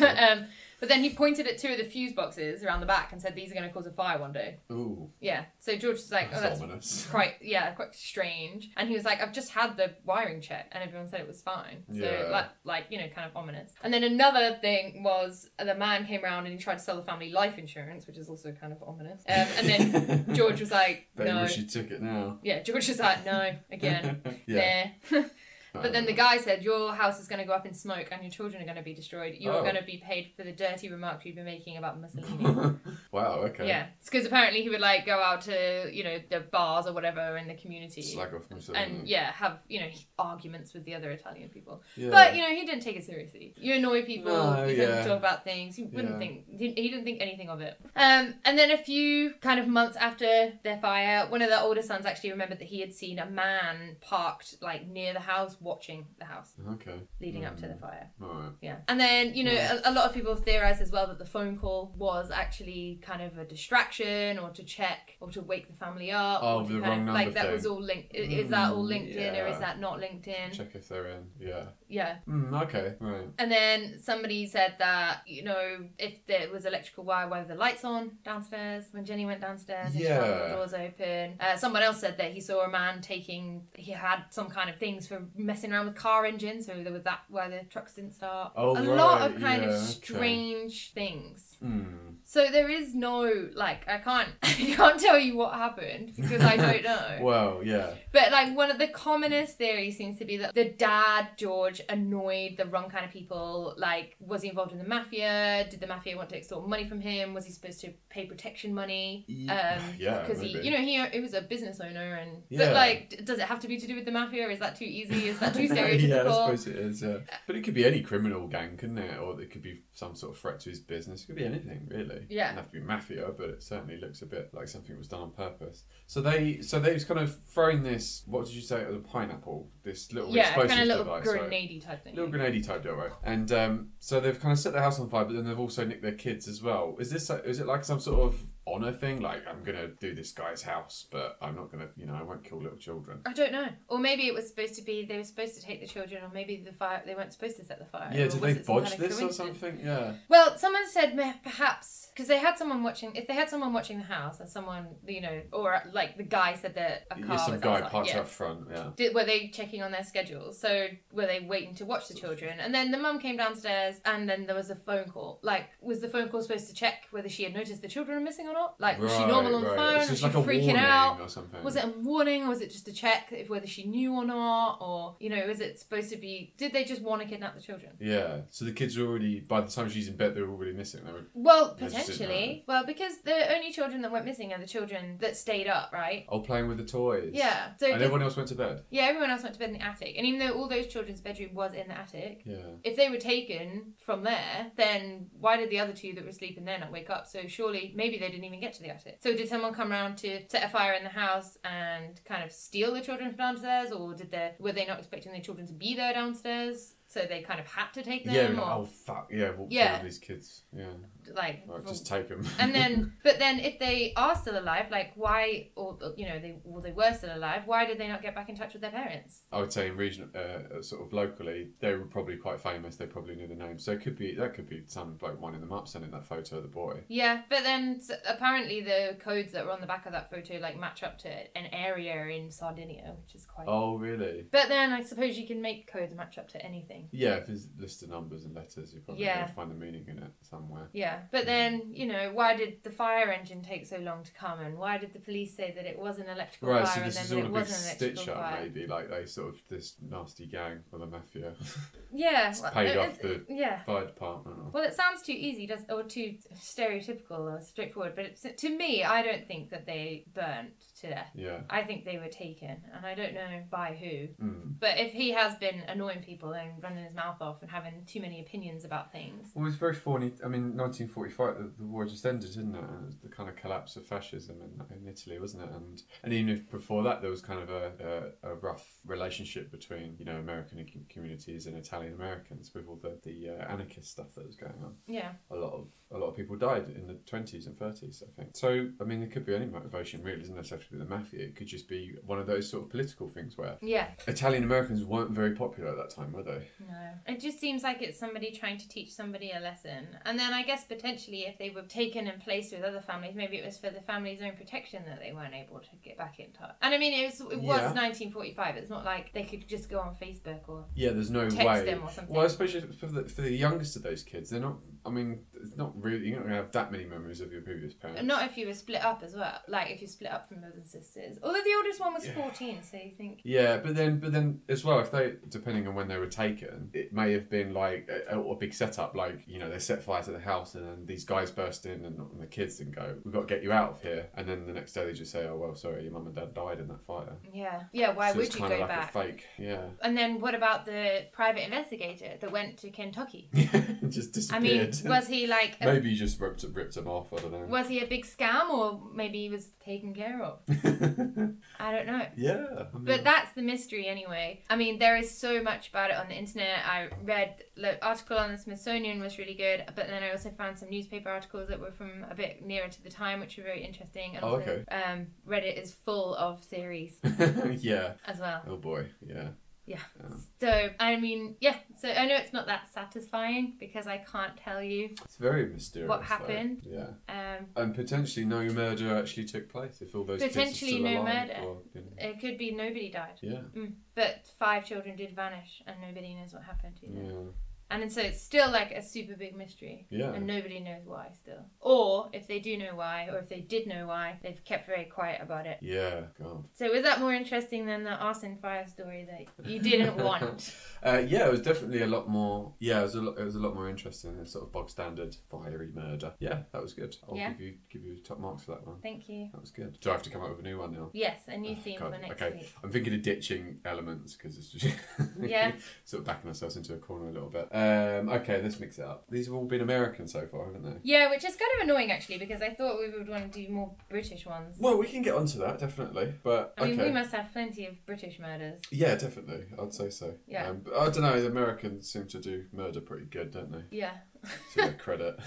Speaker 3: Right.
Speaker 2: um, but then he pointed at two of the fuse boxes around the back and said, "These are going to cause a fire one day."
Speaker 3: Ooh.
Speaker 2: Yeah. So George was like, "Oh, that's
Speaker 3: ominous.
Speaker 2: quite yeah, quite strange." And he was like, "I've just had the wiring check, and everyone said it was fine." So
Speaker 3: Yeah.
Speaker 2: like, like you know, kind of ominous. And then another thing was the man came around and he tried to sell the family life insurance, which is also kind of ominous. Um, and then George was like,
Speaker 3: Bet you
Speaker 2: "No."
Speaker 3: wish you took it now.
Speaker 2: Yeah, George was like, "No," again.
Speaker 3: yeah.
Speaker 2: Nah. But then the
Speaker 3: Um,
Speaker 2: guy said, Your house is going to go up in smoke and your children are going to be destroyed. You're
Speaker 3: Oh.
Speaker 2: going to be paid for the dirty remarks you've been making about Mussolini.
Speaker 3: wow. Okay.
Speaker 2: Yeah. Because apparently he would like go out to, you know, the bars or whatever in the community.
Speaker 3: Slag off myself.
Speaker 2: and yeah, have you know arguments with the other Italian people,
Speaker 3: Yeah.
Speaker 2: but you know he didn't take it seriously. You annoy people,
Speaker 3: No,
Speaker 2: you
Speaker 3: yeah.
Speaker 2: didn't talk about things. He wouldn't
Speaker 3: Yeah.
Speaker 2: think he, he didn't think anything of it. Um, and then a few kind of months after their fire, one of their older sons actually remembered that he had seen a man parked like near the house, watching the house
Speaker 3: Okay.
Speaker 2: leading up to the fire.
Speaker 3: All right.
Speaker 2: Yeah. And then, you know,
Speaker 3: Mm. Right.
Speaker 2: a, a lot of people theorize as well that the phone call was actually kind of a distraction or to check or to wake the family up.
Speaker 3: Oh,
Speaker 2: or to
Speaker 3: the
Speaker 2: kind
Speaker 3: wrong
Speaker 2: of-
Speaker 3: number
Speaker 2: Like, that
Speaker 3: thing.
Speaker 2: was all linked. i- Is that all
Speaker 3: Mm,
Speaker 2: linked in or
Speaker 3: yeah.
Speaker 2: is that not linked in?
Speaker 3: Check if they're in. Yeah.
Speaker 2: Yeah.
Speaker 3: Mm, okay. Right.
Speaker 2: And then somebody said that, you know, if there was electrical wire, why were the lights on downstairs when Jenny went downstairs and she found
Speaker 3: Yeah.
Speaker 2: the doors open? Uh, someone else said that he saw a man taking, he had some kind of things for messing around with car engines, so there was that where the trucks didn't start.
Speaker 3: Oh,
Speaker 2: a lot
Speaker 3: right,
Speaker 2: of kind
Speaker 3: yeah,
Speaker 2: of
Speaker 3: okay.
Speaker 2: strange things.
Speaker 3: Hmm.
Speaker 2: So there is no like I can't I can't tell you what happened because I don't know.
Speaker 3: Well, yeah.
Speaker 2: But like one of the commonest theories seems to be that the dad George annoyed the wrong kind of people. Like, was he involved in the mafia? Did the mafia want to extort money from him? Was he supposed to pay protection money?
Speaker 3: Ye-
Speaker 2: Um,
Speaker 3: yeah,
Speaker 2: because he,
Speaker 3: maybe.
Speaker 2: you know, he he was a business owner, and
Speaker 3: Yeah.
Speaker 2: but like, d- does it have to be to do with the mafia? Is that too easy? Is that too
Speaker 3: yeah, I
Speaker 2: stereotypical?
Speaker 3: suppose it is. Yeah. But it could be any criminal gang, couldn't it? Or it could be some sort of threat to his business. It could be anything, really.
Speaker 2: Yeah.
Speaker 3: Doesn't have to be mafia, but it certainly looks a bit like something was done on purpose. So they, so they was kind of throwing this. What did you say? It was a pineapple. This little
Speaker 2: yeah,
Speaker 3: explosive
Speaker 2: kind of little
Speaker 3: device. right?
Speaker 2: grenadey type thing.
Speaker 3: Little grenade type deal, right? And um, so they've kind of set the house on fire, but then they've also nicked their kids as well. Is this like, is it like some sort of honor thing? Like I'm gonna do this guy's house, but I'm not gonna, you know, I won't kill little children.
Speaker 2: I don't know. Or maybe it was supposed to be they were supposed to take the children, or maybe the fire they weren't supposed to set the fire.
Speaker 3: yeah,
Speaker 2: or
Speaker 3: did
Speaker 2: was
Speaker 3: they
Speaker 2: it Uh, some
Speaker 3: bodge
Speaker 2: kind of
Speaker 3: this or
Speaker 2: coincidence?
Speaker 3: something? Yeah.
Speaker 2: Well, someone said meh, perhaps because they had someone watching. If they had someone watching the house, and someone you know, or uh, like the guy said that a car
Speaker 3: yeah some
Speaker 2: was
Speaker 3: guy
Speaker 2: outside,
Speaker 3: parked
Speaker 2: yeah.
Speaker 3: out front. Yeah.
Speaker 2: Did, were they checking on their schedule? So were they waiting to watch the children? And then the mum came downstairs, and then there was a phone call. Like, was the phone call supposed to check whether she had noticed the children were missing or not? Like, was she normal on the phone?
Speaker 3: It's
Speaker 2: was
Speaker 3: just
Speaker 2: she
Speaker 3: like a
Speaker 2: freaking
Speaker 3: warning
Speaker 2: out?
Speaker 3: or something.
Speaker 2: Was it a warning, or was it just a check if whether she knew or not? Or you know, was it supposed to be? Did they just want to kidnap the children?
Speaker 3: Yeah. So the kids were already by the time she's in bed, they were already missing. They were
Speaker 2: Well,
Speaker 3: They just didn't
Speaker 2: potentially. Well, because the only children that went missing are the children that stayed up, right?
Speaker 3: all "Oh, playing with the toys.
Speaker 2: Yeah. So
Speaker 3: And
Speaker 2: did-
Speaker 3: everyone else went to bed.
Speaker 2: yeah, everyone else went to bed in the attic, and even though all those children's bedroom was in the attic,
Speaker 3: Yeah.
Speaker 2: if they were taken from there, then why did the other two that were sleeping there not wake up? So surely maybe they didn't even get to the attic. So did someone come around to set a fire in the house and kind of steal the children from downstairs, or did they were they not expecting their children to be there downstairs? So they kind of had to take them,
Speaker 3: Yeah. Like,
Speaker 2: or
Speaker 3: oh fuck. Yeah. We'll
Speaker 2: Yeah.
Speaker 3: kill these kids. Yeah.
Speaker 2: like
Speaker 3: Right, just take them.
Speaker 2: and then but then if they are still alive like why or you know they well they were still alive why did they not get back in touch with their parents
Speaker 3: I would say in region, uh, sort of locally, they were probably quite famous. They probably knew the name, so it could be that could be some bloke winding them up, sending that photo of the boy.
Speaker 2: yeah but then s- apparently the codes that were on the back of that photo like match up to an area in sardinia which is quite
Speaker 3: Oh, really?
Speaker 2: but then i suppose you can make codes match up to anything
Speaker 3: Yeah, if there's a list of numbers and letters, you're probably
Speaker 2: Yeah.
Speaker 3: gonna find the meaning in it somewhere.
Speaker 2: yeah but then you know why did the fire engine take so long to come and why did the police say that it was an electrical
Speaker 3: Right, so
Speaker 2: fire
Speaker 3: this
Speaker 2: and
Speaker 3: is
Speaker 2: then
Speaker 3: all
Speaker 2: that
Speaker 3: a
Speaker 2: it
Speaker 3: big
Speaker 2: wasn't an electrical
Speaker 3: stitch up,
Speaker 2: fire
Speaker 3: maybe. Like they sort of this nasty gang or the mafia
Speaker 2: yeah
Speaker 3: It's
Speaker 2: well,
Speaker 3: paid
Speaker 2: it-
Speaker 3: off
Speaker 2: it's- yeah
Speaker 3: fire department. Or...
Speaker 2: Well, it sounds too easy, does or too stereotypical or straightforward. But it's, to me, I don't think that they burnt to death.
Speaker 3: Yeah.
Speaker 2: I think they were taken, and I don't know by who.
Speaker 3: Mm.
Speaker 2: But if he has been annoying people and running his mouth off and having too many opinions about things,
Speaker 3: Well, it was very funny. I mean, 1945, the, the war just ended, didn't it? And it was the kind of collapse of fascism in, in Italy, wasn't it? And and even if before that, there was kind of a, a, a rough relationship between you know American com- communities and Italian Americans with all the the uh, anarchist stuff that was going on.
Speaker 2: yeah,
Speaker 3: A lot of a lot of people died in the 20s and 30s, I think. So I mean, there could be any motivation really. It doesn't necessarily have to be the mafia. It could just be one of those sort of political things where
Speaker 2: yeah,
Speaker 3: Italian Americans weren't very popular at that time, were they?
Speaker 2: no, it just seems like it's somebody trying to teach somebody a lesson. And then I guess potentially, if they were taken and placed with other families, maybe it was for the family's own protection that they weren't able to get back in touch. And I mean, it was it was
Speaker 3: Yeah.
Speaker 2: 1945. It's not like they could just go on Facebook or
Speaker 3: Yeah, there's no
Speaker 2: text
Speaker 3: way.
Speaker 2: them or something.
Speaker 3: Well, especially for the, for the youngest of those kids, they're not. I mean, it's not really. You're not going to have that many memories of your previous parents.
Speaker 2: And Not if you were split up as well. Like if you split up from brothers and sisters. Although the oldest one was
Speaker 3: Yeah.
Speaker 2: 14, so you think.
Speaker 3: Yeah, but then, but then as well, if they, depending on when they were taken, it may have been like a, a big setup, like you know they set fire to the house and then these guys burst in and, and the kids and go, "We've got to get you out of here," and then the next day they just say, "Oh well, sorry, your mum and dad died in that fire."
Speaker 2: Yeah. Yeah, why
Speaker 3: So
Speaker 2: would
Speaker 3: it's
Speaker 2: you
Speaker 3: kinda
Speaker 2: go
Speaker 3: like
Speaker 2: back?
Speaker 3: A fake, yeah,
Speaker 2: And then what about the private investigator that went to Kentucky?
Speaker 3: it just
Speaker 2: I mean,
Speaker 3: disappeared.
Speaker 2: was he like. A,
Speaker 3: maybe you just ripped ripped them off. I don't know.
Speaker 2: was he a big scam or maybe he was taken care of? I don't know.
Speaker 3: yeah, I mean-
Speaker 2: But that's the mystery anyway. I mean, there is so much about it on the internet. I read the article on the Smithsonian was really good, but then I also found some newspaper articles that were from a bit nearer to the time, which were very interesting. And
Speaker 3: Oh,
Speaker 2: also,
Speaker 3: okay.
Speaker 2: um, Reddit is full of theories
Speaker 3: yeah.
Speaker 2: as well.
Speaker 3: Oh boy, yeah.
Speaker 2: So I mean, yeah. So I know it's not that satisfying because I can't tell you.
Speaker 3: It's very mysterious.
Speaker 2: What
Speaker 3: though.
Speaker 2: happened?
Speaker 3: Yeah.
Speaker 2: Um,
Speaker 3: And potentially no murder actually took place if all those kids are
Speaker 2: Potentially
Speaker 3: still
Speaker 2: no
Speaker 3: alive
Speaker 2: murder.
Speaker 3: or, you know.
Speaker 2: it could be nobody died,
Speaker 3: Yeah.
Speaker 2: but five children did vanish, and nobody knows what happened to them.
Speaker 3: Yeah.
Speaker 2: And then so it's still like a super big mystery.
Speaker 3: Yeah.
Speaker 2: And nobody knows why still. Or if they do know why, or if they did know why, they've kept very quiet about it.
Speaker 3: Yeah. God.
Speaker 2: So was that more interesting than the arson fire story that you didn't want?
Speaker 3: Uh, yeah, it was definitely a lot more. Yeah, it was a lot. It was a lot more interesting than sort of bog standard fiery murder. Yeah, that was good. I'll
Speaker 2: Yeah.
Speaker 3: give you give you top marks for that one.
Speaker 2: Thank you.
Speaker 3: That was good. Do I have to come up with a new one now?
Speaker 2: Yes, a new theme
Speaker 3: Oh, God,
Speaker 2: for next
Speaker 3: okay.
Speaker 2: week.
Speaker 3: I'm thinking of ditching elements because it's just
Speaker 2: Yeah.
Speaker 3: sort of backing ourselves into a corner a little bit. Um, okay, let's mix it up. These have all been American so far, haven't they?
Speaker 2: Yeah, which is kind of annoying actually because I thought we would want to do more British ones.
Speaker 3: Well, we can get onto that definitely, but
Speaker 2: I mean,
Speaker 3: okay.
Speaker 2: we must have plenty of British murders.
Speaker 3: yeah, definitely. I'd say so.
Speaker 2: Yeah.
Speaker 3: Um, but I don't know. The Americans seem to do murder pretty good, don't they?
Speaker 2: Yeah.
Speaker 3: to their credit.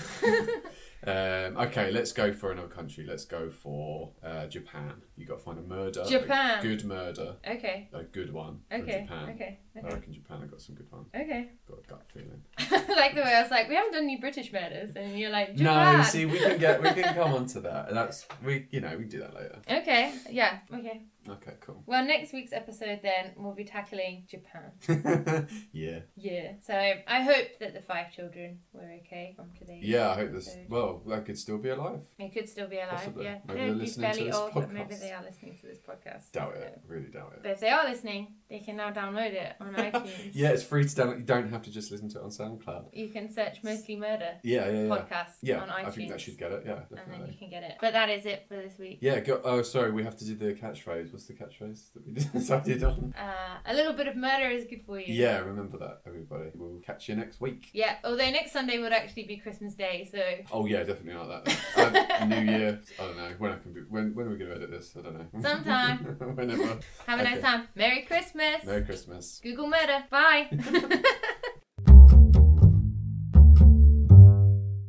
Speaker 3: um, okay, let's go for another country. Let's go for uh, Japan. You got to find a murder. a
Speaker 2: Japan.
Speaker 3: good murder.
Speaker 2: Okay.
Speaker 3: A good one. From
Speaker 2: Okay.
Speaker 3: Japan.
Speaker 2: Okay.
Speaker 3: I
Speaker 2: Okay.
Speaker 3: reckon Japan have got some good ones.
Speaker 2: Okay.
Speaker 3: Got a gut feeling.
Speaker 2: like the way I was like, we haven't done any British murders, and you're like, Japan.
Speaker 3: No, see, we can get we can come on to that. That's we you know we can do that later.
Speaker 2: Okay, yeah, okay.
Speaker 3: Okay, cool.
Speaker 2: Well, next week's episode then we'll be tackling Japan.
Speaker 3: yeah,
Speaker 2: Yeah. So I hope that the five children were okay from today.
Speaker 3: yeah. I hope this. Well, I could still be alive.
Speaker 2: They could still be alive.
Speaker 3: Possibly.
Speaker 2: Yeah.
Speaker 3: Maybe
Speaker 2: They
Speaker 3: they're
Speaker 2: would be
Speaker 3: listening to
Speaker 2: fairly
Speaker 3: this
Speaker 2: old, but maybe
Speaker 3: podcast.
Speaker 2: they are listening to this podcast.
Speaker 3: Doubt
Speaker 2: so-
Speaker 3: it. Really doubt it.
Speaker 2: But if they are listening, they can now download it on iTunes.
Speaker 3: Yeah, it's free to download. You don't have to just listen to it on SoundCloud.
Speaker 2: You can search mostly murder
Speaker 3: Yeah, yeah, yeah.
Speaker 2: podcast
Speaker 3: Yeah,
Speaker 2: on iTunes.
Speaker 3: I think that should get it. Yeah,
Speaker 2: and
Speaker 3: definitely.
Speaker 2: then you can get it. But that is it for this week.
Speaker 3: Yeah, go, oh, sorry, we have to do the catchphrase. What's the catchphrase that we decided on?
Speaker 2: Uh, a little bit of murder is good for you.
Speaker 3: Yeah, remember that, everybody. We'll catch you next week.
Speaker 2: Yeah, although next Sunday would actually be Christmas Day, so
Speaker 3: Oh, yeah, definitely not that. Um, New Year. I don't know. When I can be, when, when are we going to edit this? I don't know.
Speaker 2: Sometime.
Speaker 3: Whenever.
Speaker 2: have a nice
Speaker 3: Okay.
Speaker 2: time. Merry Christmas.
Speaker 3: Merry Christmas.
Speaker 2: Google murder. Bye.